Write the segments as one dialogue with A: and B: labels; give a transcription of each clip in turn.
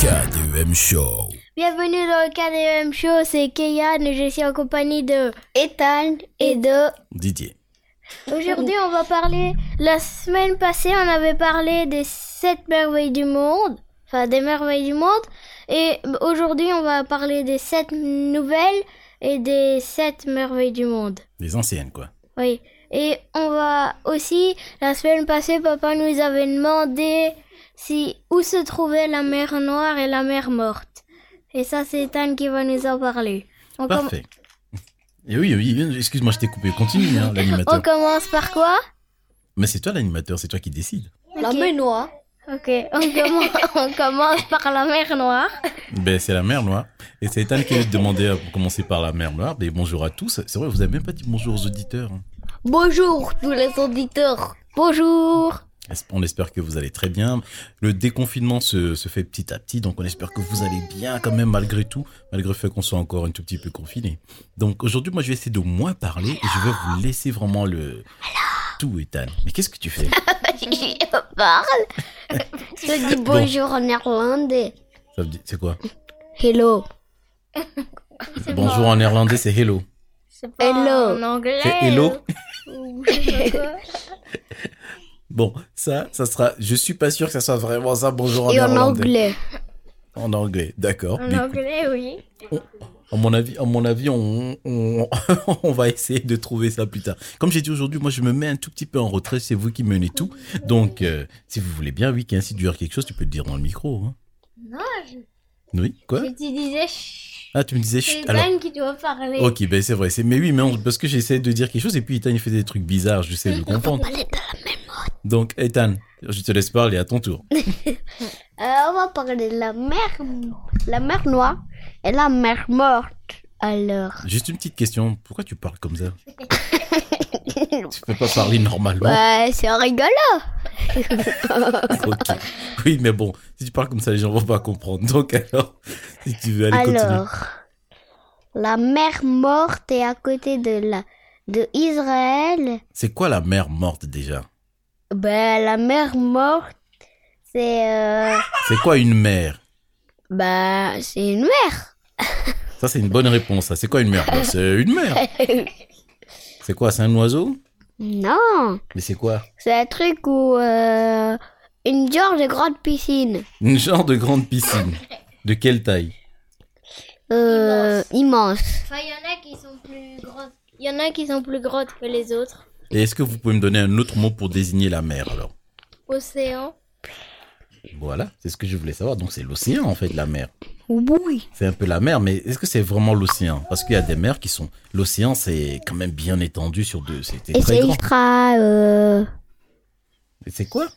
A: KDEM Show.
B: Bienvenue dans le KDM Show, c'est Keyan et je suis en compagnie de Ethan et de...
A: Didier.
B: Aujourd'hui on va parler... La semaine passée on avait parlé des sept merveilles du monde, enfin des merveilles du monde, et aujourd'hui on va parler des sept nouvelles et des sept merveilles du monde.
A: Les anciennes, quoi.
B: Oui. Et on va aussi, la semaine passée, papa nous avait demandé si où se trouvait la mer Noire et la mer Morte. Et ça, c'est Anne qui va nous en parler. On, com-
A: Parfait. Et oui, oui, oui, excuse-moi, je t'ai coupé. Continue, hein, l'animateur.
B: on commence par quoi
A: Mais c'est toi l'animateur, c'est toi qui décides.
C: La
B: Ok.
C: main noire.
B: Ok, on, commen- on commence par la mer Noire.
A: Ben, c'est la mer noire. Et c'est Ethan qui a demandé à commencer par la mer noire. Ben, bonjour à tous. C'est vrai, vous avez même pas dit bonjour aux auditeurs. hein.
C: Bonjour tous les auditeurs.
B: Bonjour
A: Es- On espère que vous allez très bien. Le déconfinement se, se fait petit à petit, donc on espère que vous allez bien quand même malgré tout, malgré le fait qu'on soit encore un tout petit peu confiné. Donc aujourd'hui, moi, je vais essayer de moins parler et je vais vous laisser vraiment le tout, Ethan. Mais qu'est-ce que tu fais
C: Je parle.
B: Je dis bonjour en néerlandais.
A: Ça veut dire- C'est quoi
C: Hello.
A: Bonjour en néerlandais, c'est hello.
B: C'est
C: pas
B: hello.
C: Hello.
B: en anglais. euh,
A: C'est hello. Bon, ça, ça sera. Je suis pas sûr que ça soit vraiment ça. Bonjour en
C: Et en
A: néerlandais.
C: anglais.
A: En anglais, d'accord.
B: En
A: Mais
B: anglais, oui.
A: À mon avis, à mon avis, on, on, on va essayer de trouver ça plus tard. Comme j'ai dit aujourd'hui, moi, je me mets un tout petit peu en retrait. C'est vous qui menez tout. Donc, euh, si vous voulez bien, oui, qu'un site dure quelque chose, tu peux le dire dans le micro. Hein.
B: Non,
A: Oui, quoi
B: tu disais chut.
A: Ah, tu me disais.
B: C'est
A: Hein? chut, alors.
B: Ethan qui doit parler.
A: Ok, ben c'est vrai. C'est mais oui, mais on- parce que j'essaie de dire quelque chose et puis Ethan il fait des trucs bizarres. Je sais le comprendre. Donc Ethan, je te laisse parler à ton tour.
C: Euh, on va parler de la mer, la mer noire et la mer morte. Alors.
A: Juste une petite question. Pourquoi tu parles comme ça Tu peux pas parler normalement.
C: Ouais, c'est rigolo.
A: Ok. Oui, mais bon, si tu parles comme ça, les gens vont pas comprendre. Donc alors, si tu veux aller
C: Alors, la mer morte est à côté de la de Israël.
A: continuer. C'est quoi la mer morte déjà
C: Ben la mer morte, c'est euh,
A: C'est quoi une mer
C: ben c'est une mer.
A: Ça, c'est une bonne réponse. ça. C'est quoi une mer Bah, C'est une mer. C'est quoi C'est un oiseau
C: Non,
A: Mais c'est quoi
C: c'est un truc où euh, une genre de grande piscine
A: Une genre de grande piscine. De quelle taille
C: euh, immense.
B: Enfin, il y en a qui sont plus grosses. Il y en a qui sont plus grosses que les autres.
A: Et est-ce que vous pouvez me donner un autre mot pour désigner la mer alors
B: Océan.
A: Voilà, c'est ce que je voulais savoir. Donc c'est l'océan en fait, la mer.
C: Oui.
A: C'est un peu la mer, mais est-ce que c'est vraiment l'océan Parce qu'il y a des mers qui sont. L'océan, c'est quand même bien étendu sur deux. C'était
C: Et
A: très
C: c'est
A: grand.
C: ultra. euh,
A: Et C'est quoi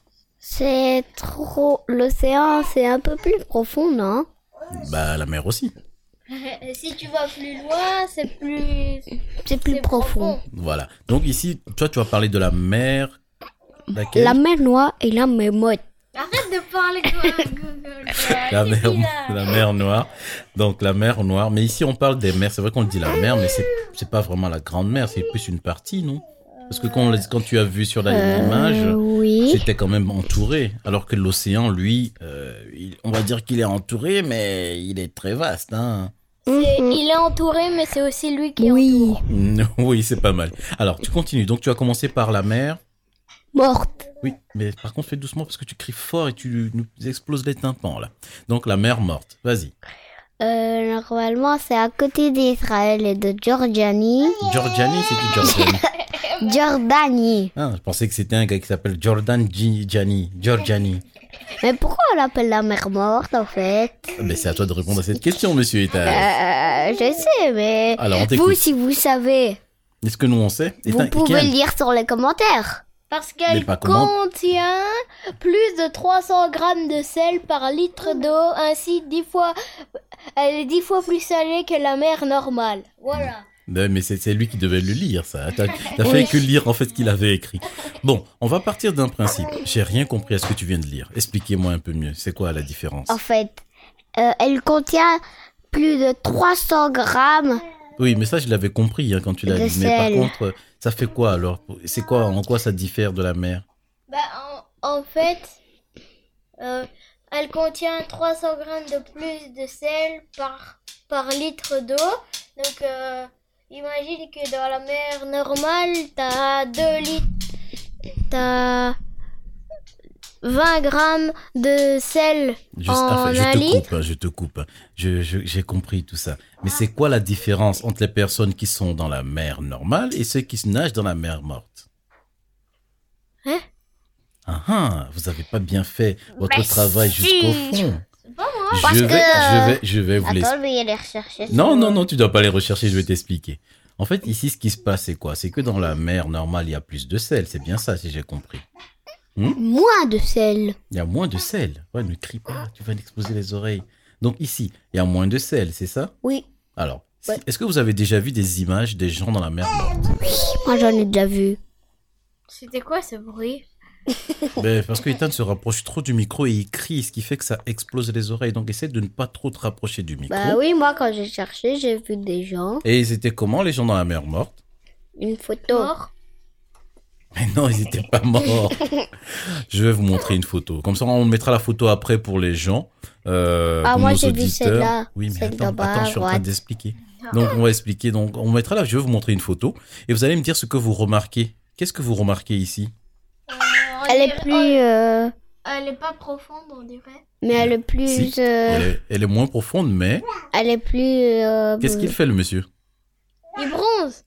C: c'est trop. L'océan, c'est un peu plus profond, non
A: Bah, la mer aussi.
B: si tu vas plus loin, c'est plus.
C: C'est plus
B: c'est
C: profond.
A: Voilà. Donc, ici, toi, tu vas parler de la mer. Laquelle
C: La mer noire et la mer morte.
B: Arrête de parler comme Google.
A: La mer, la mer noire. Donc, la mer noire. Mais ici, on parle des mers. C'est vrai qu'on dit la mer, mais c'est, c'est pas vraiment la grande mer. C'est plus une partie, non Parce que quand, on les- quand tu as vu sur la
C: Euh,
A: l'image,
C: oui.
A: c'était quand même entouré. Alors que l'océan, lui, euh, il- on va dire qu'il est entouré, mais il est très vaste, hein.
B: Il est entouré, mais c'est aussi lui qui
C: Mhm. Oui.
B: entoure.
A: Mm, Oui, c'est pas mal. Alors, tu continues. Donc, tu as commencé par la mer.
C: Morte.
A: Oui, mais par contre, fais doucement parce que tu cries fort et tu nous exploses les tympans, là. Donc, la mer morte. Vas-y.
C: Euh, normalement, c'est à côté d'Israël et de Jordanie.
A: Eh Giorgiani, c'est qui Giorgiani
C: Jordanie.
A: Ah, Je pensais que c'était un gars qui s'appelle Jordan Gianni. Giorgiani.
C: Mais pourquoi on l'appelle la mer morte, en fait
A: Ah, Mais c'est à toi de répondre à cette question, monsieur Ethan.
C: Euh, je sais, mais
A: Alors, on
C: vous,
A: t'écoute.
C: si vous savez,
A: Est-ce que nous, on sait
C: vous
A: Ethan,
C: pouvez
A: Ken,
C: lire sur les commentaires.
B: Parce
A: Mais
B: qu'elle
A: pas comment.
B: contient plus de 300 grammes de sel par litre d'eau, ainsi 10 fois. Elle est 10 fois plus salée que la mer normale. Voilà.
A: Ouais, Ben, mais c'est c'est lui qui devait le lire, ça. T'as t'as fait que lire, en fait, ce qu'il avait écrit. Bon, on va partir d'un principe. J'ai rien compris à ce que tu viens de lire. Expliquez-moi un peu mieux. C'est quoi la différence
C: En fait, Euh, elle contient plus de 300 grammes.
A: Oui, mais ça, je l'avais compris hein, quand tu l'as
C: De
A: dit. Mais par
C: sel.
A: contre, euh, ça fait quoi alors C'est quoi En quoi ça diffère de la mer
B: Bah, en, en fait, euh, elle contient 300 grammes de plus de sel par, par litre d'eau. Donc, euh, imagine que dans la mer normale, t'as 2 litres. T'as 20 grammes de sel
A: Juste
B: en
A: un fait, je
B: un
A: te
B: litre.
A: coupe, hein, je te coupe. Je- je- J'ai compris tout ça. Mais c'est quoi la différence entre les personnes qui sont dans la mer normale et ceux qui se nagent dans la mer morte
B: Hein
A: Ah ah, vous avez pas bien fait votre
C: Bah
A: travail
C: si.
A: jusqu'au fond.
B: pas
C: Parce
A: je, vais,
C: que, euh,
A: je vais, je vais vous laisser.
C: Attends, je vais aller rechercher.
A: Non, non, non, tu dois pas les rechercher, je vais t'expliquer. En fait, ici, ce qui se passe, c'est quoi C'est que dans la mer normale, il y a plus de sel. C'est bien ça, si j'ai compris.
C: Moins de sel.
A: Il y a moins de
C: Ah.
A: sel. Ouais, ne crie pas, tu vas exploser les oreilles. Donc ici, il y a moins de sel, c'est ça
C: Oui.
A: Alors, si-
C: Ouais.
A: est-ce que vous avez déjà vu des images des gens dans la mer morte
C: Moi, j'en ai déjà vu.
B: C'était quoi ce bruit
C: Oh.
A: Ben, Parce que Ethan se rapproche trop du micro et il crie, ce qui fait que ça explose les oreilles. Donc essaie de ne pas trop te rapprocher du micro.
C: Bah oui, moi, quand j'ai cherché, j'ai vu des gens.
A: Et ils étaient comment, les gens dans la mer morte
C: Une photo.
B: Mort.
A: Mais non, ils n'étaient pas morts. Je vais vous montrer une photo. Comme ça, on mettra la photo après pour les gens. euh,
C: Ah,
A: pour
C: moi,
A: nos
C: j'ai vu
A: auditeurs.
C: celle-là,
A: Oui, mais
C: celle
A: attends,
C: d'en bas
A: attends,
C: à
A: je suis en train
C: droite.
A: d'expliquer. Donc, on va expliquer. Donc, on mettra là. Je vais vous montrer une photo et vous allez me dire ce que vous remarquez. Qu'est-ce que vous remarquez ici
B: Euh,
C: Elle est plus. euh,
B: oh, Elle est pas profonde, on dirait.
C: Mais elle est plus.
A: Si.
C: euh,
A: elle, est, elle est moins profonde, mais
C: Elle est plus. euh,
A: qu'est-ce qu'il fait le monsieur
B: Il bronze.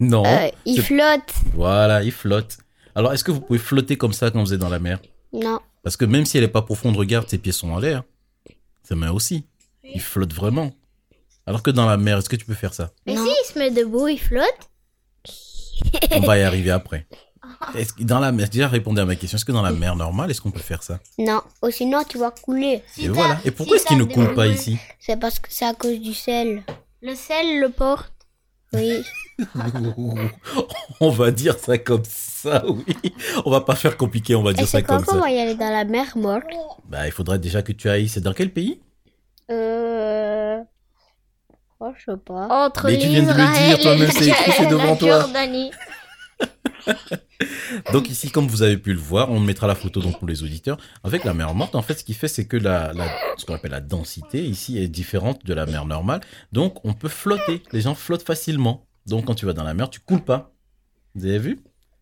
A: Non.
C: euh, Il
A: C'est-
C: flotte.
A: Voilà, il flotte. Alors, est-ce que vous pouvez flotter comme ça quand vous êtes dans la mer
C: Non.
A: Parce que même si elle n'est pas profonde, regarde, ses pieds sont en l'air. Ses mains aussi.
B: Oui.
A: Il flotte vraiment. Alors que dans la mer, est-ce que tu peux faire ça
B: Mais
C: Non.
B: si, il se met debout, il flotte.
A: On va y arriver après. Est-ce que dans la mer, déjà répondu à ma question, est-ce que dans la mer normale, est-ce qu'on peut faire ça
C: Non. Ou sinon, tu vas couler.
B: Si
A: Et
B: t'as-
A: voilà. Et pourquoi
B: si
A: est-ce qu'il
B: t'as
A: ne compte pas
B: des-
A: ici
C: C'est parce que c'est à cause du sel.
B: Le sel le porte.
C: Oui.
A: On va dire ça comme ça, oui. On va pas faire compliqué, on va
C: Et
A: dire ça
C: Eh, c'est quoi
A: comme
C: qu'on
A: ça.
C: va y aller dans la mer morte
A: Bah, il faudrait déjà que tu ailles. C'est dans quel pays
C: Euh. Oh, je sais pas.
B: Entre
A: Mais tu viens de le
B: l'Israël
A: dire, toi-même,
B: et
A: c'est écrit, c'est
B: la
A: devant toi.
B: Jordanie.
C: Ah,
A: Donc ici, comme vous avez pu le voir, on mettra la photo donc pour les auditeurs. Avec la mer morte, en fait, ce qui fait, c'est que la, la- ce qu'on appelle la densité ici est différente de la mer normale. Donc, on peut flotter. Les gens flottent facilement. Donc, quand tu vas dans la mer, tu coules pas. Vous avez vu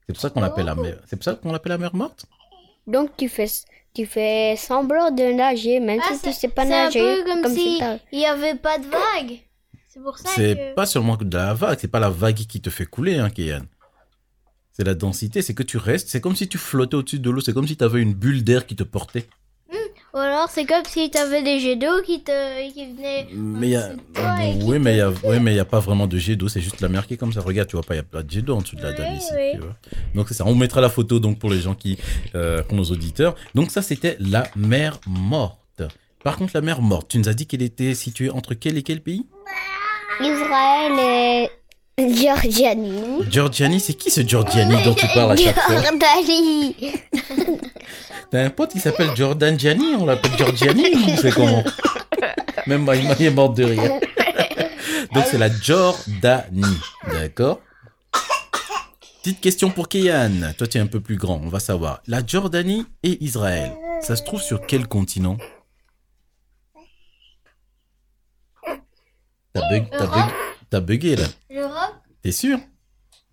A: C'est pour ça qu'on l'appelle la mer. C'est pour ça qu'on l'appelle la mer morte.
C: Donc, tu fais, tu fais semblant de nager, même
B: Ah,
C: si tu
B: c'est-
C: sais pas
B: c'est un
C: nager.
B: peu comme si-
C: t'as-
B: Il y avait pas de vague. C'est pour ça
A: C'est
B: que...
A: pas seulement de la vague. C'est pas la vague qui te fait couler, hein, Kéyan. C'est la densité. C'est que tu restes. C'est comme si tu flottais au-dessus de l'eau. C'est comme si tu avais une bulle d'air qui te portait.
B: Ou alors c'est comme si t'avais des jets d'eau qui te qui venaient.
A: Mais il y a...
B: C'est toi et
A: oui, mais il y a... oui, mais il n'y a pas vraiment de jet d'eau, c'est juste la mer qui est comme ça. Regarde, tu vois pas, il n'y a pas de jet d'eau en dessous de la dame
B: Oui,
A: ici.
B: oui.
A: tu vois. Donc c'est ça, on mettra la photo donc pour les gens qui, euh, pour nos auditeurs. Donc ça, c'était la mer morte. Par contre, la mer morte, tu nous as dit qu'elle était située entre quel et quel pays
C: Israël et Georgianie.
A: Giorgiani, c'est qui ce
B: Oh
A: Giorgiani dont tu parles à chaque fois
C: Jordanie.
A: T'as un pote qui s'appelle Jordan Gianni, on l'appelle Giorgiani ou c'est comment Même Maïma est morte de rire. Donc c'est la Jordanie, d'accord Petite question pour Keyan, toi tu es un peu plus grand, on va savoir. La Jordanie et Israël, ça se trouve sur quel continent T'as bug- t'as bug- t'as bugué là,
B: L'Europe
A: t'es sûr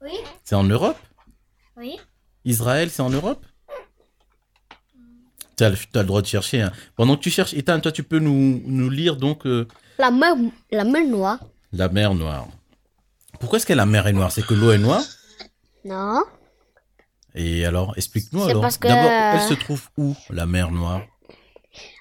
B: Oui.
A: C'est en Europe
B: Oui.
A: Israël, c'est en Europe Tu as, le droit de chercher. hein. Pendant que tu cherches, Ethan, toi, tu peux nous, nous lire donc euh,
C: La mer, la mer noire.
A: la mer Noire. Pourquoi est-ce que la mer est noire C'est que l'eau est noire
C: Non.
A: Et alors, explique-nous
C: C'est
A: alors.
C: parce que-
A: D'abord, elle se trouve où, la mer Noire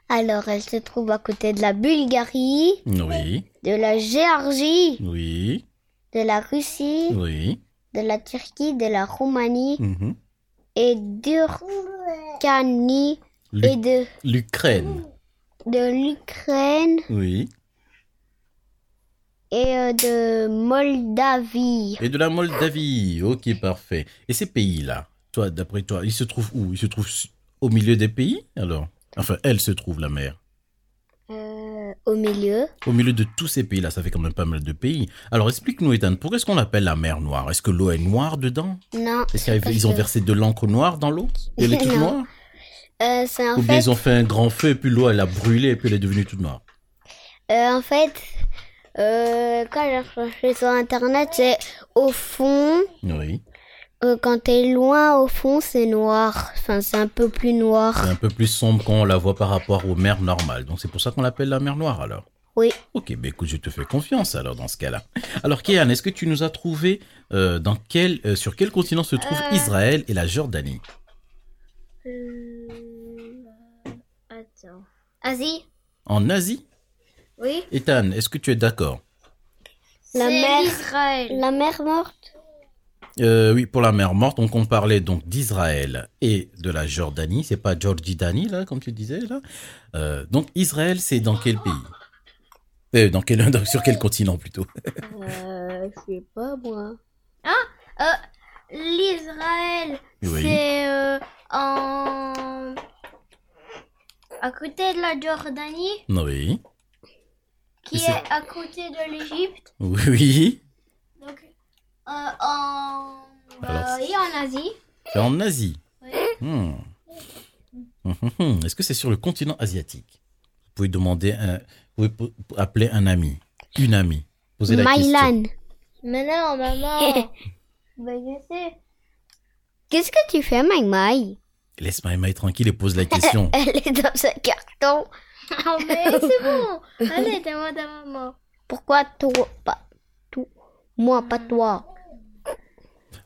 C: Alors, elle se trouve à côté de la Bulgarie,
A: Oui,
C: de la Géorgie,
A: oui,
C: de la Russie,
A: oui.
C: de la Turquie, de la Roumanie
A: mhm.
C: et d'Urkanie
A: L'U-
C: et de,
A: L'Ukraine,
C: de l'Ukraine
A: oui.
C: et euh, de Moldavie.
A: Et de la Moldavie, ok, parfait. Et ces pays-là, toi, d'après toi, ils se trouvent où Ils se trouvent su- au milieu des pays, alors Enfin, elle se trouve, la mer.
C: Euh, au milieu.
A: Au milieu de tous ces pays-là, ça fait quand même pas mal de pays. Alors explique-nous, Ethan, pourquoi est-ce qu'on l'appelle la mer Noire Est-ce que l'eau est noire dedans
C: Non.
A: Est-ce qu'ils
C: parce
A: ils ont
C: que-
A: versé de l'encre noire dans l'eau De l'équipe
C: Non.
A: noire
C: Euh, c'est en
A: Ou bien
C: fait,
A: ils ont fait un grand feu et puis l'eau elle a brûlé et puis elle est devenue toute noire.
C: euh, en fait, euh, quand j'ai cherché sur internet, c'est au fond,
A: Oui.
C: euh, quand t'es loin au fond, c'est noir. Enfin, c'est un peu plus noir.
A: C'est un peu plus sombre quand on la voit par rapport aux mers normales. Donc c'est pour ça qu'on l'appelle la mer noire alors.
C: Oui.
A: Ok, bah écoute, je te fais confiance alors dans ce cas-là. Alors Kéan, est-ce que tu nous as trouvé euh, dans quel, euh, sur quel continent se trouvent
C: Euh.
A: Israël et la Jordanie
B: Euh, Attends.
C: Asie
A: En Asie
B: Oui.
A: Ethan, est-ce que tu es d'accord
C: La mer.
B: Israël.
C: La mer morte
A: Euh, Oui, pour la mer morte, donc on parlait donc d'Israël et de la Jordanie. C'est pas Jordidanie là, comme tu disais là. Euh, donc Israël, c'est dans quel pays Euh, dans quel, dans- Sur quel continent plutôt
C: euh, Je sais pas moi.
B: Euh, L'Israël,
A: Oui.
B: c'est euh, en à côté de la Jordanie,
A: Oui.
B: qui
A: C'est-
B: est à côté de l'Égypte,
A: Oui, oui.
B: donc euh, en
A: Alors,
B: euh, et en Asie.
A: C'est en Asie. Hmm. Hum, hum, hum. Est-ce que c'est sur le continent asiatique Vous pouvez demander, un- vous pouvez po- appeler un ami, une amie. Poser la question.
C: Mylan.
B: Mais non, maman. ben je sais.
C: Qu'est-ce que tu fais, Maï Maï
A: Laisse Maïmaï tranquille et pose la question.
C: Elle est dans un carton.
B: Non Oh, mais c'est bon. Allez, demande à maman.
C: Pourquoi toi Pas tout. Moi, pas toi.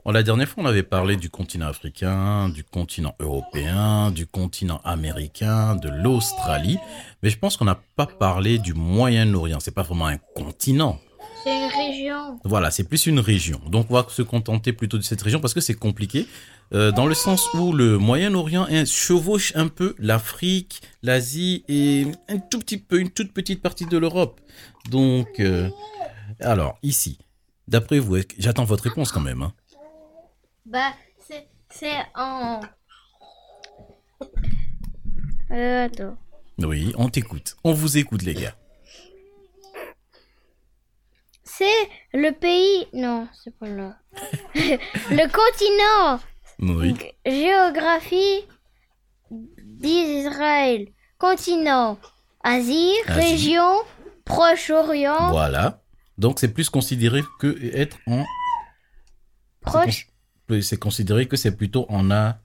A: Bon, la dernière fois, on avait parlé du continent africain, du continent européen, du continent américain, de l'Australie, mais je pense qu'on n'a pas parlé du Moyen-Orient. C'est pas vraiment un continent.
B: C'est une région.
A: Voilà, c'est plus une région. Donc on va se contenter plutôt de cette région parce que c'est compliqué. euh, dans le sens où le Moyen-Orient hein, chevauche un peu l'Afrique, l'Asie et un tout petit peu, une toute petite partie de l'Europe. Donc, euh, alors ici, d'après vous, est-ce que- j'attends votre réponse quand même. hein.
B: Bah c'est c'est en. Euh, attends.
A: Oui, on t'écoute, on vous écoute les gars.
B: C'est le pays. Non, c'est pas là. le continent.
A: Oui,
B: Géographie d'Israël. Continent. Asie,
A: Asie.
B: région, Proche-Orient,
A: voilà. Donc c'est plus considéré que être en,
B: proche.
A: c'est considéré que c'est plutôt en A.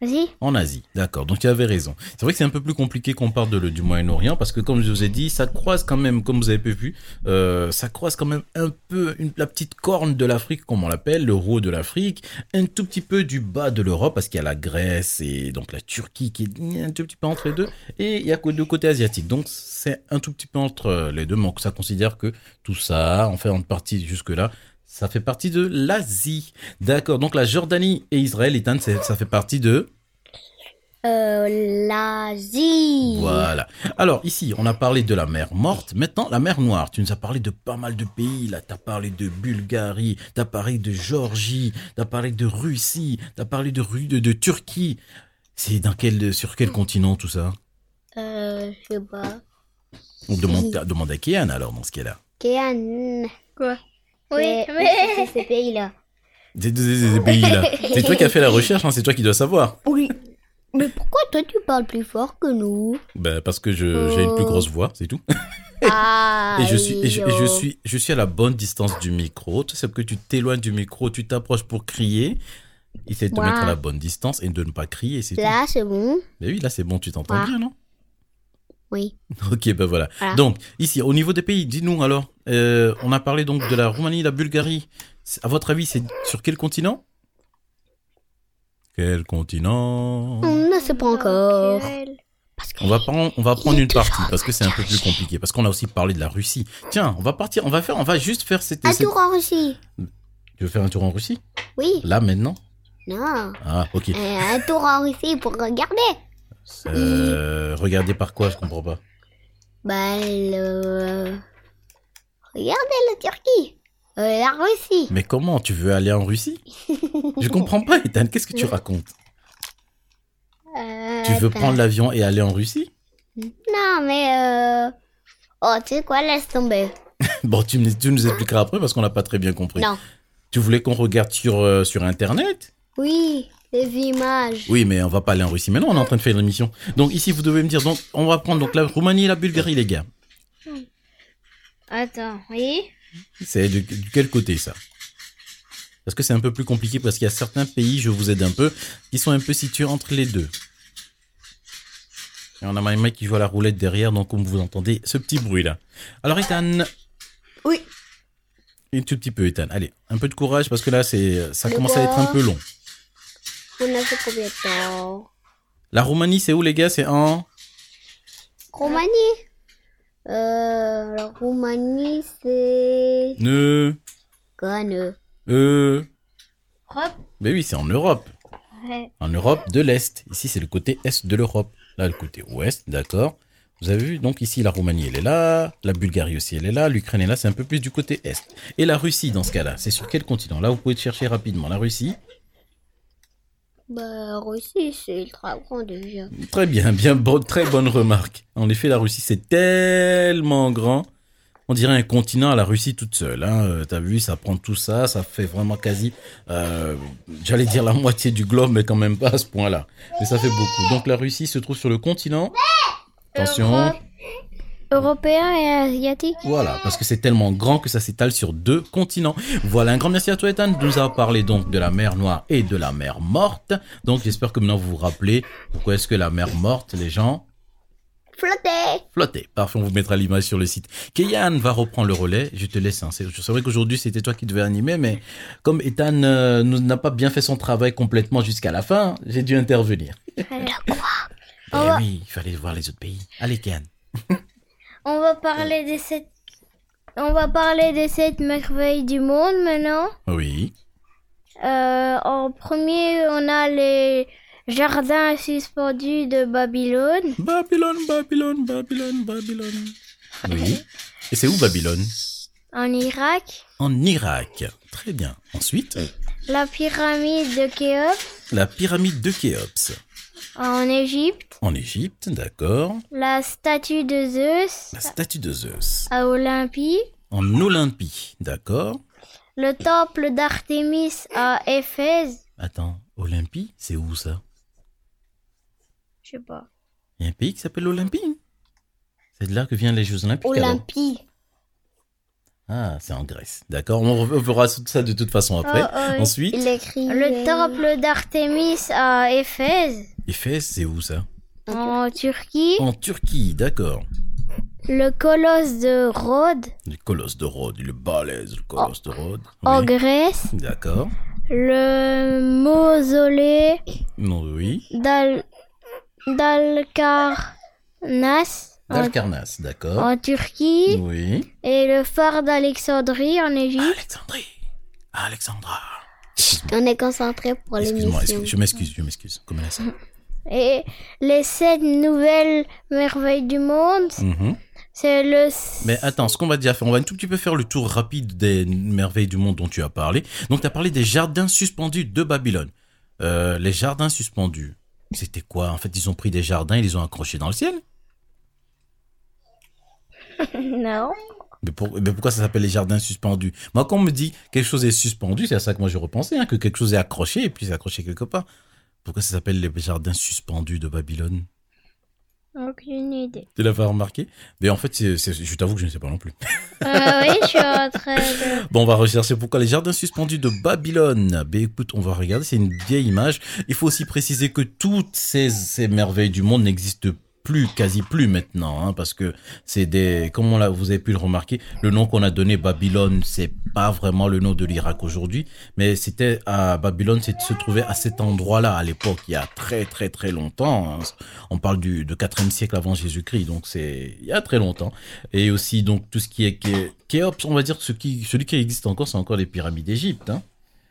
B: Vas-y.
A: En Asie, d'accord. Donc tu avais raison. C'est vrai que c'est un peu plus compliqué qu'on parle de le- du Moyen-Orient parce que comme je vous ai dit, ça croise quand même, comme vous avez pu vu, euh, ça croise quand même un peu une, la petite corne de l'Afrique, comme on l'appelle, le roi de l'Afrique, un tout petit peu du bas de l'Europe parce qu'il y a la Grèce et donc la Turquie qui est un tout petit peu entre les deux et il y a que le côté asiatique. Donc c'est un tout petit peu entre euh, les deux, mais on- ça considère que tout ça, en fait, en partie jusque là. Ça fait partie de l'Asie. D'accord. Donc la Jordanie et Israël, Ethan, c'est- ça fait partie de...
C: Euh, l'Asie.
A: Voilà. Alors ici, on a parlé de la mer morte. Maintenant, la mer noire. Tu nous as parlé de pas mal de pays. Là, t'as parlé de Bulgarie, t'as parlé de Géorgie, t'as parlé de Russie, t'as parlé de, Ru- de, de Turquie. C'est dans quel, sur quel continent tout ça
C: Euh, je sais pas.
A: On demande, à- demande à Kéan alors dans ce cas-là.
C: Kéan.
B: Quoi Oui,
C: Oui,
B: mais.
C: C'est ces pays-là.
A: Des, des- des- des pays là. C'est toi qui as fait la recherche, hein, c'est toi qui dois savoir.
C: Oui. Mais pourquoi toi tu parles plus fort que nous
A: Ben, parce que je- j'ai une plus grosse voix, c'est tout.
C: Ah.
A: Et je suis, et je, et je
C: yo.
A: suis, je suis à la bonne distance du micro. Tu sais que tu t'éloignes du micro, tu t'approches pour crier. Essaie de te
C: Ouah.
A: mettre à la bonne distance et de ne pas crier, c'est tout.
C: Là, c'est bon.
A: Mais oui, là c'est bon, tu t'entends
C: Ouah.
A: bien, non
C: Oui.
A: Ok, ben voilà.
C: Voilà.
A: Donc ici, au niveau des pays, dis-nous alors. euh, on a parlé donc de la Roumanie, la Bulgarie. C'est- À votre avis, c'est sur quel continent Quel continent
C: On ne sait pas encore. Parce que
A: On va prendre, on va prendre une partie parce que c'est un peu plus compliqué. Parce qu'on a aussi parlé de la Russie. Tiens, on va partir, on va faire, on va juste faire cette.
C: un
A: cette-
C: tour en Russie.
A: Tu veux faire un tour en Russie
C: Oui.
A: Là maintenant
C: Non.
A: Ah, ok.
C: Euh, un tour en Russie pour regarder.
A: Euh, regardez par quoi, je comprends pas.
C: Bah, le... Regardez la Turquie. Euh, la Russie.
A: Mais comment tu veux aller en Russie Je comprends pas, Ethan. Qu'est-ce que tu racontes
C: Euh,
A: Tu veux
C: attends.
A: prendre l'avion et aller en Russie
C: Non, mais... Euh... Oh, tu sais quoi, laisse tomber.
A: Bon, tu, me- tu nous expliqueras après parce qu'on n'a pas très bien compris.
C: Non.
A: Tu voulais qu'on regarde sur, euh, sur Internet
C: Oui, les images.
A: Oui, mais on va pas aller en Russie. Maintenant, on est en train de faire une émission. Donc ici, vous devez me dire. Donc, on va prendre donc la Roumanie et la Bulgarie, les gars.
B: Attends, oui.
A: C'est de, de quel côté ça Parce que c'est un peu plus compliqué parce qu'il y a certains pays, je vous aide un peu, qui sont un peu situés entre les deux. Et on a Maïma qui joue à la roulette derrière, donc comme vous entendez ce petit bruit là. Alors Ethan,
C: Oui.
A: un tout petit peu Ethan, allez, un peu de courage parce que là c'est ça
C: Le
A: commence à être un
C: bois.
A: peu long.
C: On a fait combien de temps
A: La Roumanie c'est où les gars C'est en
C: Roumanie Euh, la Roumanie, c'est...
A: ne
C: Conne.
A: euh
B: Hop.
A: Mais oui, c'est en Europe.
B: Ouais.
A: En Europe de l'Est. Ici, c'est le côté Est de l'Europe. Là, le côté Ouest, d'accord. Vous avez vu, donc ici, la Roumanie, elle est là. La Bulgarie aussi, elle est là. L'Ukraine est là. C'est un peu plus du côté Est. Et la Russie, dans ce cas-là, c'est sur quel continent Là, vous pouvez chercher rapidement. La Russie.
C: Bah, Russie, c'est ultra grand déjà.
A: Très bien, bien, bon- très bonne remarque. En effet, la Russie, c'est tellement grand. On dirait un continent à la Russie toute seule. Hein. Euh, T'as vu, ça prend tout ça, ça fait vraiment quasi, euh, j'allais dire la moitié du globe, mais quand même pas à ce point-là. Mais ça fait beaucoup. Donc la Russie se trouve sur le continent. Attention,
B: Europe.
C: Européen et asiatique.
A: voilà, parce que c'est tellement grand que ça s'étale sur deux continents. Voilà, un grand merci à toi, Ethan, de nous avoir parlé donc de la mer Noire et de la mer Morte. Donc j'espère que maintenant vous vous rappelez pourquoi est-ce que la mer Morte, les gens,
C: Flotté
A: flotter. Parfait, on vous mettra l'image sur le site. Keyan va reprendre le relais. Je te laisse. hein. C'est c'est vrai qu'aujourd'hui, c'était toi qui devais animer, mais comme Ethan euh, nous- n'a pas bien fait son travail complètement jusqu'à la fin, j'ai dû intervenir. Eh
B: On va-
A: oui, il fallait voir les autres pays. Allez, Keyan.
B: On va parler des sept. On va parler des sept merveilles du monde maintenant.
A: Oui.
B: Euh, en premier, on a les jardins suspendus de Babylone.
A: Babylone, Babylone, Babylone, Babylone. Oui. Et c'est où Babylone
B: En Irak,
A: En Irak. Très bien. Ensuite,
B: la pyramide de Khéops
A: la pyramide de Khéops.
B: en Égypte,
A: En Égypte, d'accord.
B: la statue de Zeus
A: La statue de Zeus.
B: à Olympie,
A: En Olympie, d'accord.
B: le temple d'Artémis à Éphèse.
A: Attends, Olympie, c'est où ça
B: Je sais pas.
A: Il y a un pays qui s'appelle l'Olympie. C'est de là que viennent les Jeux Olympiques. alors.
C: Olympie.
A: Ah, c'est en Grèce. D'accord, on re- verra tout ça de toute façon après.
B: Oh, oh, oui.
A: Ensuite,
C: Il écrit...
B: Le
C: euh,
B: temple d'Artémis à Éphèse
A: Éphèse, c'est où ça
B: en Turquie,
A: En Turquie, d'accord.
B: le colosse de Rhodes
A: Le colosse de Rhodes, le balèze, le colosse de Rhodes.
B: en
A: Oui,
B: Grèce,
A: D'accord.
B: le mausolée
A: Non, oui.
B: d'Al- d'Alcarnas en,
A: D'Alcarnas, d'accord.
B: en Turquie
A: Oui.
B: et le phare d'Alexandrie en Égypte.
A: Alexandrie. Alexandra.
C: On est concentré pour
A: Excuse-moi,
C: l'émission.
A: excuse- je m'excuse, je m'excuse. Comme elle a ça.
B: Et les sept nouvelles merveilles du monde,
A: Mhm.
B: c'est le...
A: Mais attends, ce qu'on va déjà faire, on va un tout petit peu faire le tour rapide des merveilles du monde dont tu as parlé. Donc, tu as parlé des jardins suspendus de Babylone. Euh, les jardins suspendus, c'était quoi En fait, ils ont pris des jardins, ils les ont accrochés dans le ciel.
B: Non.
A: Mais, pour- mais pourquoi ça s'appelle les jardins suspendus Moi, quand on me dit quelque chose est suspendu, c'est à ça que moi je repensais, hein, que quelque chose est accroché et puis c'est accroché quelque part. Pourquoi ça s'appelle les jardins suspendus de Babylone
B: Aucune idée.
A: Tu l'as pas remarqué Mais en fait, c'est- c'est- je t'avoue que je ne sais pas non plus.
B: Euh, oui, je suis en train de...
A: Bon, on va rechercher pourquoi les jardins suspendus de Babylone. Ben écoute, on va regarder, c'est une vieille image. Il faut aussi préciser que toutes ces, ces merveilles du monde n'existent plus, quasi plus maintenant, hein, parce que c'est des, comme on l'a, vous avez pu le remarquer, le nom qu'on a donné Babylone, c'est pas vraiment le nom de l'Irak aujourd'hui, mais c'était à Babylone, c'est se trouvait à cet endroit-là à l'époque, il y a très très très longtemps. hein. On parle du de 4e siècle avant Jésus-Christ, donc c'est il y a très longtemps et aussi donc tout ce qui est Ké- Khéops, on va dire que ce qui, celui qui existe encore, c'est encore les pyramides d'Égypte. Hein.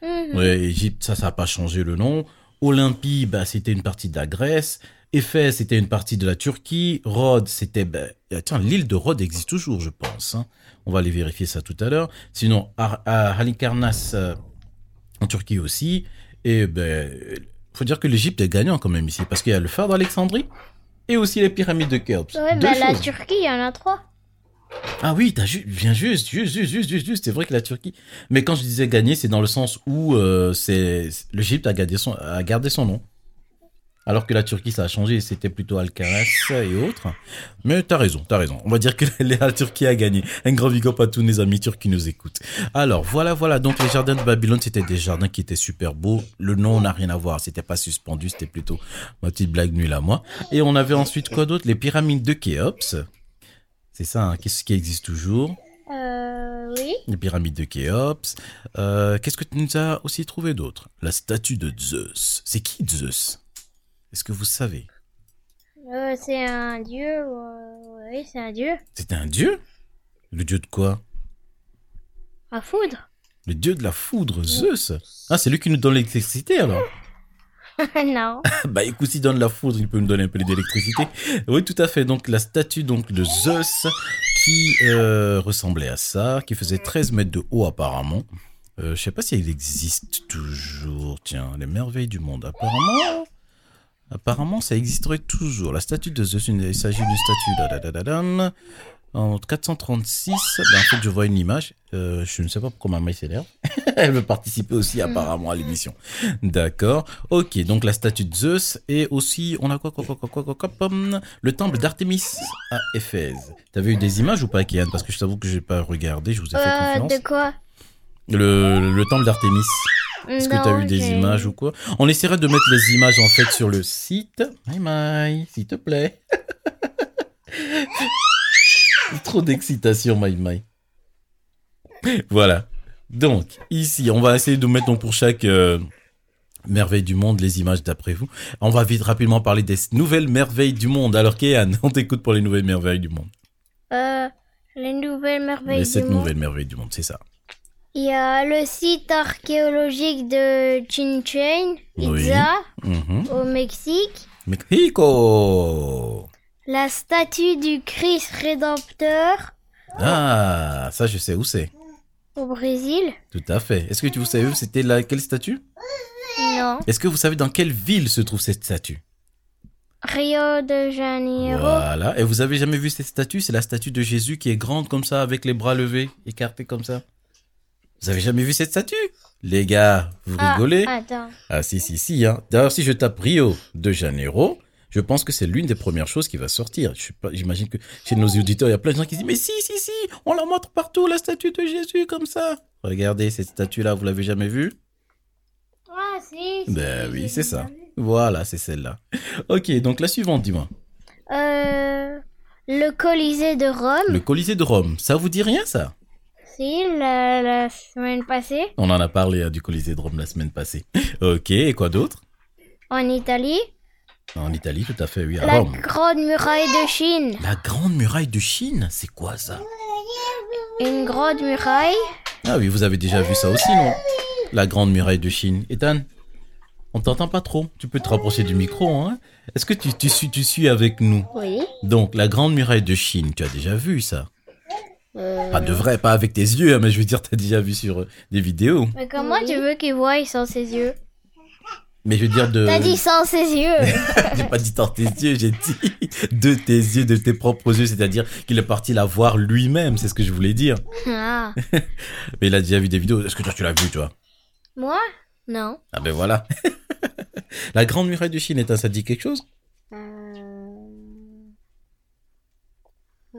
B: Mhm.
A: Ouais, Égypte, ça, ça n'a pas changé le nom. Olympie, bah, c'était une partie de la Grèce. Éphèse, c'était une partie de la Turquie. Rhodes, c'était... bah, tiens, l'île de Rhodes existe toujours, je pense. hein. On va aller vérifier ça tout à l'heure. Sinon, Ar- à Halikarnas, euh, en Turquie aussi. Et ben, faut dire que l'Égypte est gagnant quand même ici, parce qu'il y a le phare d'Alexandrie et aussi les pyramides de Khéops.
B: Ouais,
A: Deux
B: bah, la
A: choses.
B: Turquie, il y en a trois.
A: Ah oui, t'as ju- bien juste, juste, juste, juste, juste, juste. C'est vrai que la Turquie. Mais quand je disais gagner, c'est dans le sens où euh, c'est l'Égypte a gardé son a gardé son nom, alors que la Turquie ça a changé. C'était plutôt Alcaraz et autres. Mais t'as raison, t'as raison. On va dire que la Turquie a gagné. Un grand big up à tous nos amis turcs qui nous écoutent. Alors voilà, voilà. Donc les jardins de Babylone, c'était des jardins qui étaient super beaux. Le nom n'a rien à voir. C'était pas suspendu, c'était plutôt ma petite blague nulle à moi. Et on avait ensuite quoi d'autre Les pyramides de Khéops. C'est ça, hein, qu'est-ce qui existe toujours
B: Euh, oui.
A: Les pyramides de Khéops. Euh, Qu'est-ce que tu nous as aussi trouvé d'autre La statue de Zeus. C'est qui Zeus Est-ce que vous savez
B: Euh, c'est un dieu. euh, oui, c'est un dieu.
A: C'était un dieu Le dieu de quoi
B: À foudre.
A: Le dieu de la foudre, Zeus Ah, c'est lui qui nous donne l'électricité alors
B: non.
A: Bah écoute, s'il donne la foudre, il peut me donner un peu d'électricité. Oui, tout à fait. Donc la statue donc de Zeus qui euh, ressemblait à ça, qui faisait 13 mètres de haut apparemment. Euh, je sais pas si elle existe toujours. Tiens, les merveilles du monde. Apparemment, apparemment, ça existerait toujours. La statue de Zeus, une- il s'agit d'une statue. da, da, da, da, dam, En 436, ben, en fait, je vois une image. Euh, je ne sais pas pourquoi ma maille s'énerve. Elle veut participer aussi apparemment à l'émission. D'accord. Ok, donc la statue de Zeus et aussi on a quoi quoi quoi quoi quoi quoi, quoi, pom, le temple d'Artémis à Éphèse. T'avais eu des images ou pas, Kian Parce que je t'avoue que j'ai pas regardé, je vous ai fait
B: Euh,
A: confiance.
B: de quoi
A: Le, le temple d'Artémis. Est-ce que t'as eu des images ou quoi On essaiera de mettre les images en fait sur le site. Bye bye, s'il te plaît. Trop d'excitation, Maï Maï. Voilà. Donc, ici, on va essayer de mettre donc, pour chaque euh, merveille du monde les images d'après vous. On va vite rapidement parler des nouvelles merveilles du monde. Alors, Kéan, on t'écoute pour les nouvelles merveilles du monde.
B: Euh, les nouvelles merveilles
A: les
B: du
A: sept
B: monde.
A: nouvelles merveilles du monde, c'est ça.
B: Il y a le site archéologique de Chinchain,
A: Oui.
B: Itza,
A: Mhm.
B: au Mexique.
A: Mexico
B: La statue du Christ rédempteur
A: Ah, ça, je sais où c'est.
B: au Brésil.
A: Tout à fait. Est-ce que tu vous savez où c'était la quelle statue
B: Non.
A: Est-ce que vous savez dans quelle ville se trouve cette statue
B: Rio de Janeiro.
A: Voilà. Et vous avez jamais vu cette statue C'est la statue de Jésus qui est grande comme ça, avec les bras levés, écartés comme ça. Vous avez jamais vu cette statue Les gars, vous
B: Ah,
A: rigolez ah,
B: attends.
A: si si si. Hein. D'ailleurs, si je tape Rio de Janeiro. Je pense que c'est l'une des premières choses qui va sortir. Je sais pas, J'imagine que chez nos auditeurs, il y a plein de gens qui disent Mais si, si, si, on la montre partout, la statue de Jésus, comme ça. Regardez, cette statue-là, vous l'avez jamais vue
B: Ah si. si,
A: Ben
B: si,
A: oui,
B: j'ai
A: c'est ça.
B: bien vu.
A: Voilà, c'est celle-là. Ok, donc la suivante, dis-moi.
B: Euh, le Colisée de Rome.
A: Le Colisée de Rome, ça vous dit rien, ça
B: Si, la, la semaine passée,
A: On en a parlé hein, du Colisée de Rome la semaine passée. Ok, et quoi d'autre
B: en Italie.
A: En Italie, tout à fait, oui, à
B: La
A: Rome.
B: Grande Muraille de Chine.
A: La Grande Muraille de Chine, c'est quoi ça
B: Une grande muraille.
A: Ah oui, vous avez déjà vu ça aussi, non La Grande Muraille de Chine. Ethan, on t'entend pas trop. Tu peux te rapprocher du micro, hein Est-ce que tu, tu, suis, tu suis avec nous
C: Oui.
A: Donc, la Grande Muraille de Chine, tu as déjà vu ça Pas de vrai, pas avec tes yeux, hein, mais je veux dire, t'as déjà vu sur euh, des vidéos.
B: Mais comment
C: Oui.
B: tu veux qu'il voie sans ses yeux
A: Euh, Mais je veux dire de.
B: T'as dit sans ses yeux.
A: J'ai pas dit dans tes yeux, j'ai dit de tes yeux, de tes propres yeux, c'est-à-dire qu'il est parti la voir lui-même, c'est ce que je voulais dire.
B: ah.
A: Mais il a déjà vu des vidéos, est-ce que toi tu l'as vu, toi
B: Moi Non.
A: Ah ben voilà. la Grande Muraille de Chine, est ça te dit quelque chose
C: Euh,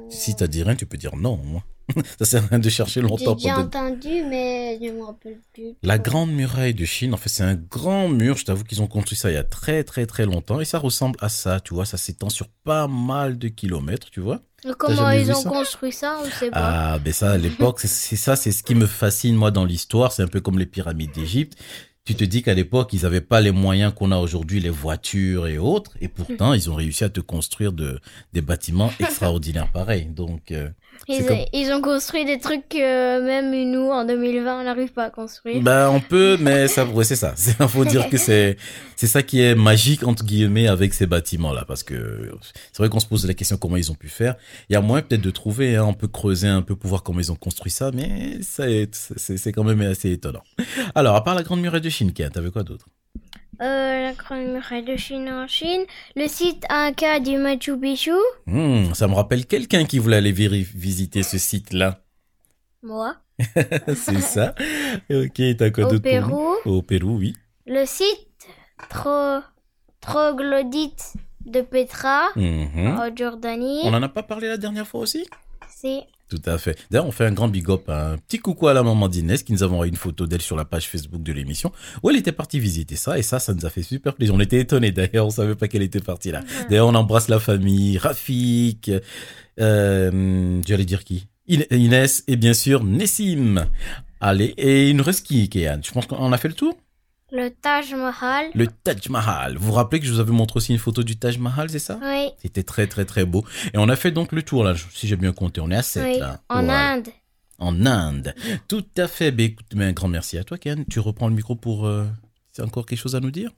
A: Si t'as dit rien, tu peux dire non, au moins. ça sert à rien de chercher longtemps pour donner-
C: entendu, mais je me rappelle plus.
A: La Grande Muraille de Chine, en fait, c'est un grand mur. Je t'avoue qu'ils ont construit ça il y a très, très, très longtemps. Et ça ressemble à ça, tu vois. Ça s'étend sur pas mal de kilomètres, tu vois.
B: Mais Comment
A: jamais
B: ils
A: vu
B: ont
A: ça
B: construit ça On sait pas.
A: Ah, ben ça, à l'époque, c'est- c'est ça, c'est ce qui me fascine, moi, dans l'histoire. C'est un peu comme les pyramides d'Égypte. Tu te dis qu'à l'époque, ils n'avaient pas les moyens qu'on a aujourd'hui, les voitures et autres. Et pourtant, ils ont réussi à te construire de, des bâtiments extraordinaires pareils. Donc, euh,
B: ils,
A: comme-
B: ils ont construit des trucs que même nous, en 2020, on n'arrive pas à construire.
A: ben, on peut, mais ça, ouais, c'est ça. Il faut dire que c'est, c'est ça qui est magique, entre guillemets, avec ces bâtiments-là. Parce que c'est vrai qu'on se pose la question comment ils ont pu faire. Il y a moyen peut-être de trouver, hein, on peut creuser un peu pour voir comment ils ont construit ça, mais ça est- c'est c'est quand même assez étonnant. Alors, à part la Grande Muraille de Chine, Ken, t'avais quoi d'autre
B: euh, la grande muraille de Chine en Chine, le site Inca du Machu Picchu.
A: Hmm, ça me rappelle quelqu'un qui voulait aller véri- visiter ce site-là.
B: Moi.
A: C'est ça. Ok, t'as quoi
B: Au
A: d'autre pour nous
B: Pérou,
A: Au Pérou, oui.
B: le site Tro- troglodyte de Petra
A: Mhm.
B: en Jordanie.
A: On n'en a pas parlé la dernière fois aussi
B: C'est
A: Tout à fait. D'ailleurs, on fait un grand big up, un petit coucou à la maman d'Inès qui nous a envoyé une photo d'elle sur la page Facebook de l'émission où elle était partie visiter ça et ça, ça nous a fait super plaisir. On était étonnés d'ailleurs, on savait pas qu'elle était partie là. D'ailleurs, on embrasse la famille, Rafik, euh, j'allais dire qui In- Inès et bien sûr Nessim. Allez, et il nous reste qui, Kéane Je pense qu'on a fait le tour
B: le Taj Mahal.
A: Le Taj Mahal. Vous vous rappelez que je vous avais montré aussi une photo du Taj Mahal, c'est ça
B: Oui,
A: C'était très très très beau. Et on a fait donc le tour là, je- si j'ai bien compté, on est à 7
B: oui.
A: là.
B: En
A: Voilà.
B: Inde.
A: En Inde. Tout à fait. Ben, écoute, mais un grand merci à toi, Ken. Tu reprends le micro pour. euh, C'est encore quelque chose à nous dire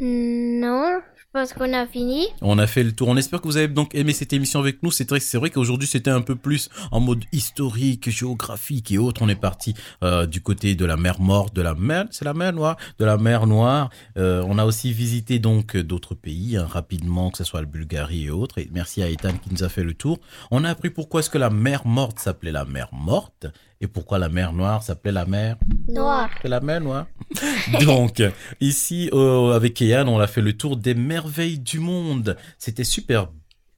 B: Non, je pense qu'on a fini.
A: On a fait le tour. On espère que vous avez donc aimé cette émission avec nous. C'est vrai, c'est vrai qu'aujourd'hui c'était un peu plus en mode historique, géographique et autres. On est parti euh, du côté de la mer Morte, de la mer, c'est la mer Noire, de la mer Noire. Euh, on a aussi visité donc d'autres pays hein, rapidement, que ce soit la Bulgarie et autres. Et merci à Ethan qui nous a fait le tour. On a appris pourquoi est-ce que la mer Morte s'appelait la mer Morte et pourquoi la mer Noire s'appelait la mer
C: Noir.
A: que la main, ouais. Donc, ici, euh, avec Kéane, on a fait le tour des merveilles du monde. C'était super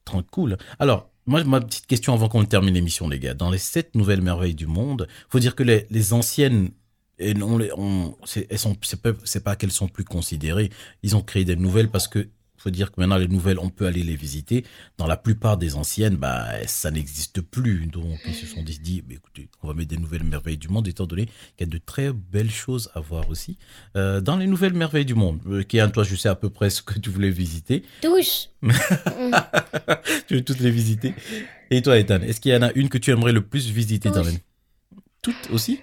A: trop cool. Alors, moi, ma petite question avant qu'on termine l'émission, les gars. Dans les sept nouvelles merveilles du monde, faut dire que les, les anciennes, et non, les, on, c'est, elles sont, c'est pas, c'est pas qu'elles sont plus considérées. Ils ont créé des nouvelles parce que, faut dire que maintenant, les nouvelles, on peut aller les visiter. Dans la plupart des anciennes, bah, ça n'existe plus. Donc, ils se sont dit, dit, bah, écoutez, on va mettre des nouvelles merveilles du monde, étant donné il y a de très belles choses à voir aussi. Euh, dans les nouvelles merveilles du monde, euh, Kéan, toi, je sais à peu près ce que tu voulais visiter.
C: Tous.
A: Tu veux toutes les visiter. Et toi, Ethan, est-ce qu'il y en a une que tu aimerais le plus visiter dans
B: Tous.
A: les... Toutes aussi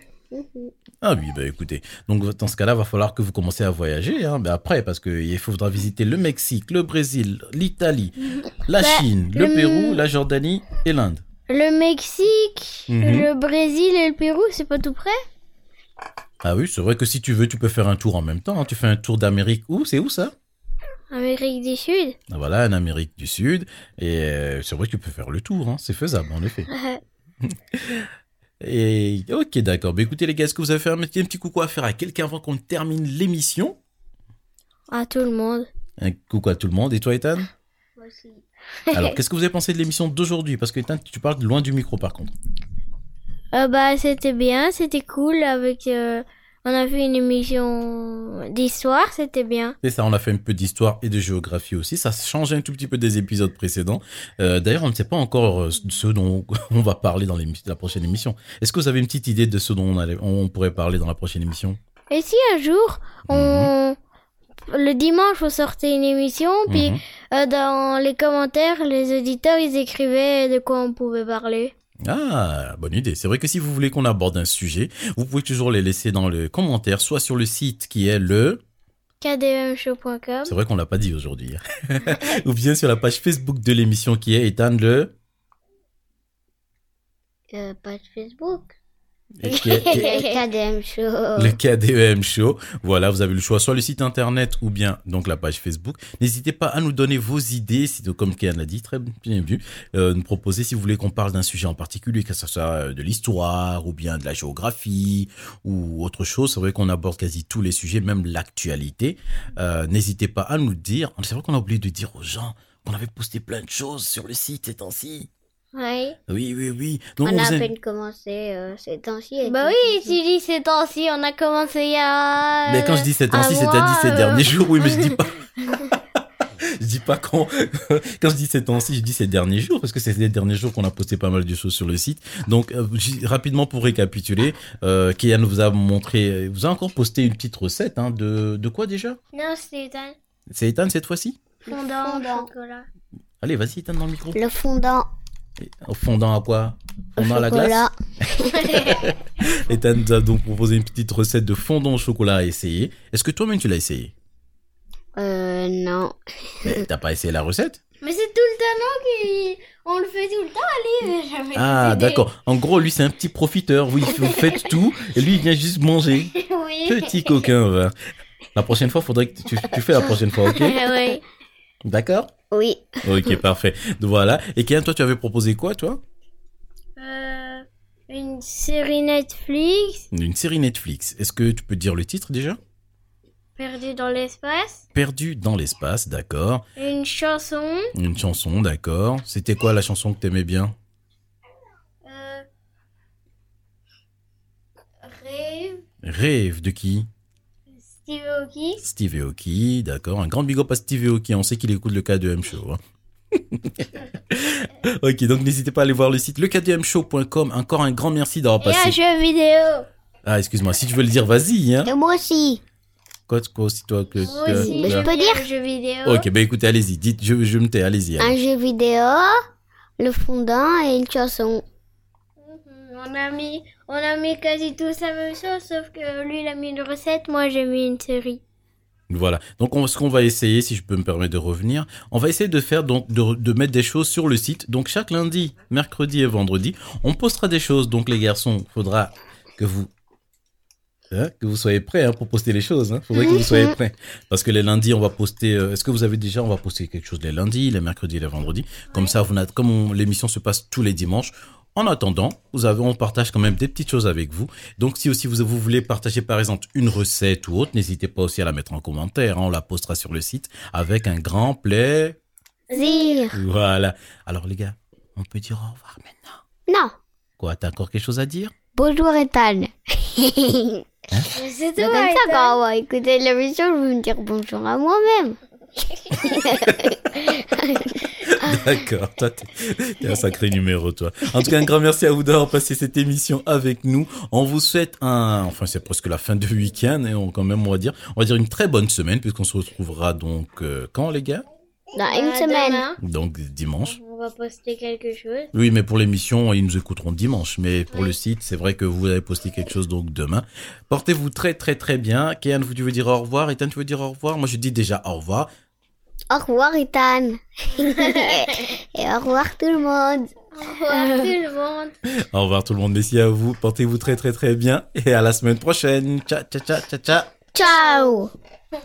A: Ah oui, bah écoutez. Donc, dans ce cas-là, va falloir que vous commencez à voyager. Hein, bah après, parce qu'il faudra visiter le Mexique, le Brésil, l'Italie, la
B: Bah,
A: Chine, le
B: le-
A: Pérou, la Jordanie et l'Inde.
B: Le Mexique,
A: Mhm.
B: le Brésil et le Pérou, c'est pas tout près
A: Ah oui, c'est vrai que si tu veux, tu peux faire un tour en même temps. hein. Tu fais un tour d'Amérique. Où C'est où ça
B: Amérique du Sud.
A: Ah, Voilà, en Amérique du Sud. Et euh, c'est vrai que tu peux faire le tour, hein. c'est faisable en effet. Et ok, d'accord. Bah, écoutez les gars, est-ce que vous avez fait un petit, un petit coucou à faire à quelqu'un avant qu'on termine l'émission
B: À tout le monde.
A: Un coucou à tout le monde. Et toi, Ethan Alors, qu'est-ce que vous avez pensé de l'émission d'aujourd'hui Parce que Ethan, tu parles loin du micro par contre.
B: Euh, bah, c'était bien, c'était cool. Avec, euh, on a fait une émission d'histoire, c'était bien.
A: C'est ça, on a fait un peu d'histoire et de géographie aussi. Ça change un tout petit peu des épisodes précédents. Euh, D'ailleurs, on ne sait pas encore euh, ce dont on va parler dans l'émi- la prochaine émission. Est-ce que vous avez une petite idée de ce dont on, allait- on pourrait parler dans la prochaine émission
B: Et si un jour, on... le dimanche, on sortait une émission, puis
A: Mhm.
B: euh, dans les commentaires, les auditeurs, ils écrivaient de quoi on pouvait parler.
A: Ah, bonne idée. C'est vrai que si vous voulez qu'on aborde un sujet, vous pouvez toujours les laisser dans le commentaire, soit sur le site qui est le...
B: kdmshow.com.
A: C'est vrai qu'on l'a pas dit aujourd'hui. hein. Ou bien sur la page Facebook de l'émission qui est Ethan le...
C: Euh, page Facebook.
A: qui est- qui est-
C: KDM Show.
A: Le KDEM Show. Voilà, vous avez le choix, soit le site internet ou bien donc la page Facebook. N'hésitez pas à nous donner vos idées, si, comme Kéan l'a dit, très bien vu. Euh, nous proposer si vous voulez qu'on parle d'un sujet en particulier, que ce soit euh, de l'histoire ou bien de la géographie ou autre chose. C'est vrai qu'on aborde quasi tous les sujets, même l'actualité. Euh, N'hésitez pas à nous le dire. C'est vrai qu'on a oublié de dire aux gens qu'on avait posté plein de choses sur le site ces temps-ci.
B: Oui.
A: Oui, oui, oui. Donc,
C: On a
A: vous
C: à
A: in-
C: peine commencé euh, ces temps-ci. et
B: Bah
C: tout.
B: oui, tu dis ces temps-ci, on a commencé il y a.
A: Mais quand je dis ces temps-ci,
B: un
A: c'est-à-dire
B: mois,
A: ces
B: euh,
A: derniers jours, oui, mais je dis pas. je dis pas quand. quand je dis ces temps-ci, je dis ces derniers jours, parce que c'est les derniers jours qu'on a posté pas mal de choses sur le site. Donc, euh, j- rapidement pour récapituler, euh, Kéan vous a montré, il vous a encore posté une petite recette hein, de, de quoi déjà
B: Non, c'était un
A: C'est Ethan cette fois-ci
B: fondant,
C: Fondant.
B: au chocolat.
A: Allez, vas-y, Ethan dans le micro.
C: Le fondant
A: Et- Au fondant à quoi Fondant à la glace
C: chocolat.
A: Ethan nous a donc proposé une petite recette de fondant au chocolat à essayer. Est-ce que toi-même tu l'as essayé
C: Euh, non.
A: Mais T'as pas essayé la recette
B: Mais c'est tout le talent qui. On le fait tout le temps, allez, mais jamais.
A: Ah, d'accord. En gros, lui, c'est un petit profiteur. Vous, vous faites tout. Et lui, il vient juste manger.
B: oui.
A: Petit coquin, va. La prochaine fois, faudrait que tu, tu fais la prochaine fois, ok
B: oui.
A: D'accord
C: Oui.
A: Ok, parfait. Donc, Voilà. Et Kian, toi, tu avais proposé quoi, toi
B: Euh, une série Netflix,
A: Une série Netflix. Est-ce que tu peux dire le titre déjà
B: Perdu dans l'espace.
A: Perdu dans l'espace, d'accord.
B: Une chanson.
A: Une chanson, d'accord. C'était quoi la chanson que t'aimais bien
B: Euh, Rêve.
A: Rêve de qui
B: Steve Aoki.
A: Steve Aoki, d'accord. Un grand big up à Steve Aoki. On sait qu'il écoute le KDM Show. hein. ok, donc n'hésitez pas à aller voir le site lekdmshow.com. Encore un grand merci d'avoir
B: Et un
A: passé.
B: jeu vidéo.
A: Ah, excuse-moi, si tu veux le dire, vas-y. Hein.
C: Et moi aussi.
A: Quoi, quoi aussi, toi que.
B: Moi
A: que-
B: aussi,
C: Mais je
A: que-
C: peux
B: j'aime
C: dire
B: les jeux vidéo.
A: euh, Ok, bah écoutez, allez-y. Dites, je, je me tais, allez-y. allez.
C: Un jeu vidéo, le fondant et une chanson.
B: Mhm, On a mis, on a mis quasi tous la même chose, sauf que lui il a mis une recette, moi j'ai mis une série.
A: Voilà. Donc, on- ce qu'on va essayer, si je peux me permettre de revenir, on va essayer de faire donc de, de mettre des choses sur le site. Donc, chaque lundi, mercredi et vendredi, on postera des choses. Donc, les garçons, faudra que vous hein, que vous soyez prêts hein, pour poster les choses. Hein. Faudrait que vous soyez prêts parce que les lundis, on va poster. euh, Est-ce que vous avez déjà On va poster quelque chose les lundis, les mercredis, et les vendredis. Comme ça, vous n'êtes- comme on- l'émission se passe tous les dimanches. En attendant, vous avez, on partage quand même des petites choses avec vous. Donc, si aussi vous, vous voulez partager, par exemple, une recette ou autre, n'hésitez pas aussi à la mettre en commentaire. hein. on la postera sur le site avec un grand plaisir.
C: Zir.
A: Voilà. Alors, les gars, on peut dire au revoir maintenant.
C: Non.
A: Quoi, t'as encore quelque chose à dire
C: Bonjour Ethan. C'est
B: Mais C'est tout, hein,
C: comme ça
B: Ethan.
C: quand on va écouter l'émission, je vais me dire bonjour à moi-même.
A: D'accord, toi, t'es t'es un sacré numéro, toi. En tout cas, un grand merci à vous d'avoir passé cette émission avec nous. On vous souhaite un, enfin, c'est presque la fin de week-end, et on, quand même, on va dire, on va dire une très bonne semaine, puisqu'on se retrouvera donc, euh, quand, les gars?
C: Dans une
B: Euh,
C: semaine.
B: demain,
A: Donc, dimanche.
B: on va poster quelque chose.
A: Oui, mais pour l'émission, ils nous écouteront dimanche. Mais pour le site, c'est vrai que vous avez posté quelque chose donc demain. Portez-vous très très très bien. Kéan, vous tu veux dire au revoir. Ethan, tu veux dire au revoir. Moi, je dis déjà au revoir.
C: Au revoir Ethan. et au revoir tout le monde.
B: Au revoir tout le monde.
A: Au revoir tout le monde. Merci à vous. Portez-vous très très très bien. Et à la semaine prochaine. Ciao, ciao, ciao, ciao, ciao.
C: Ciao.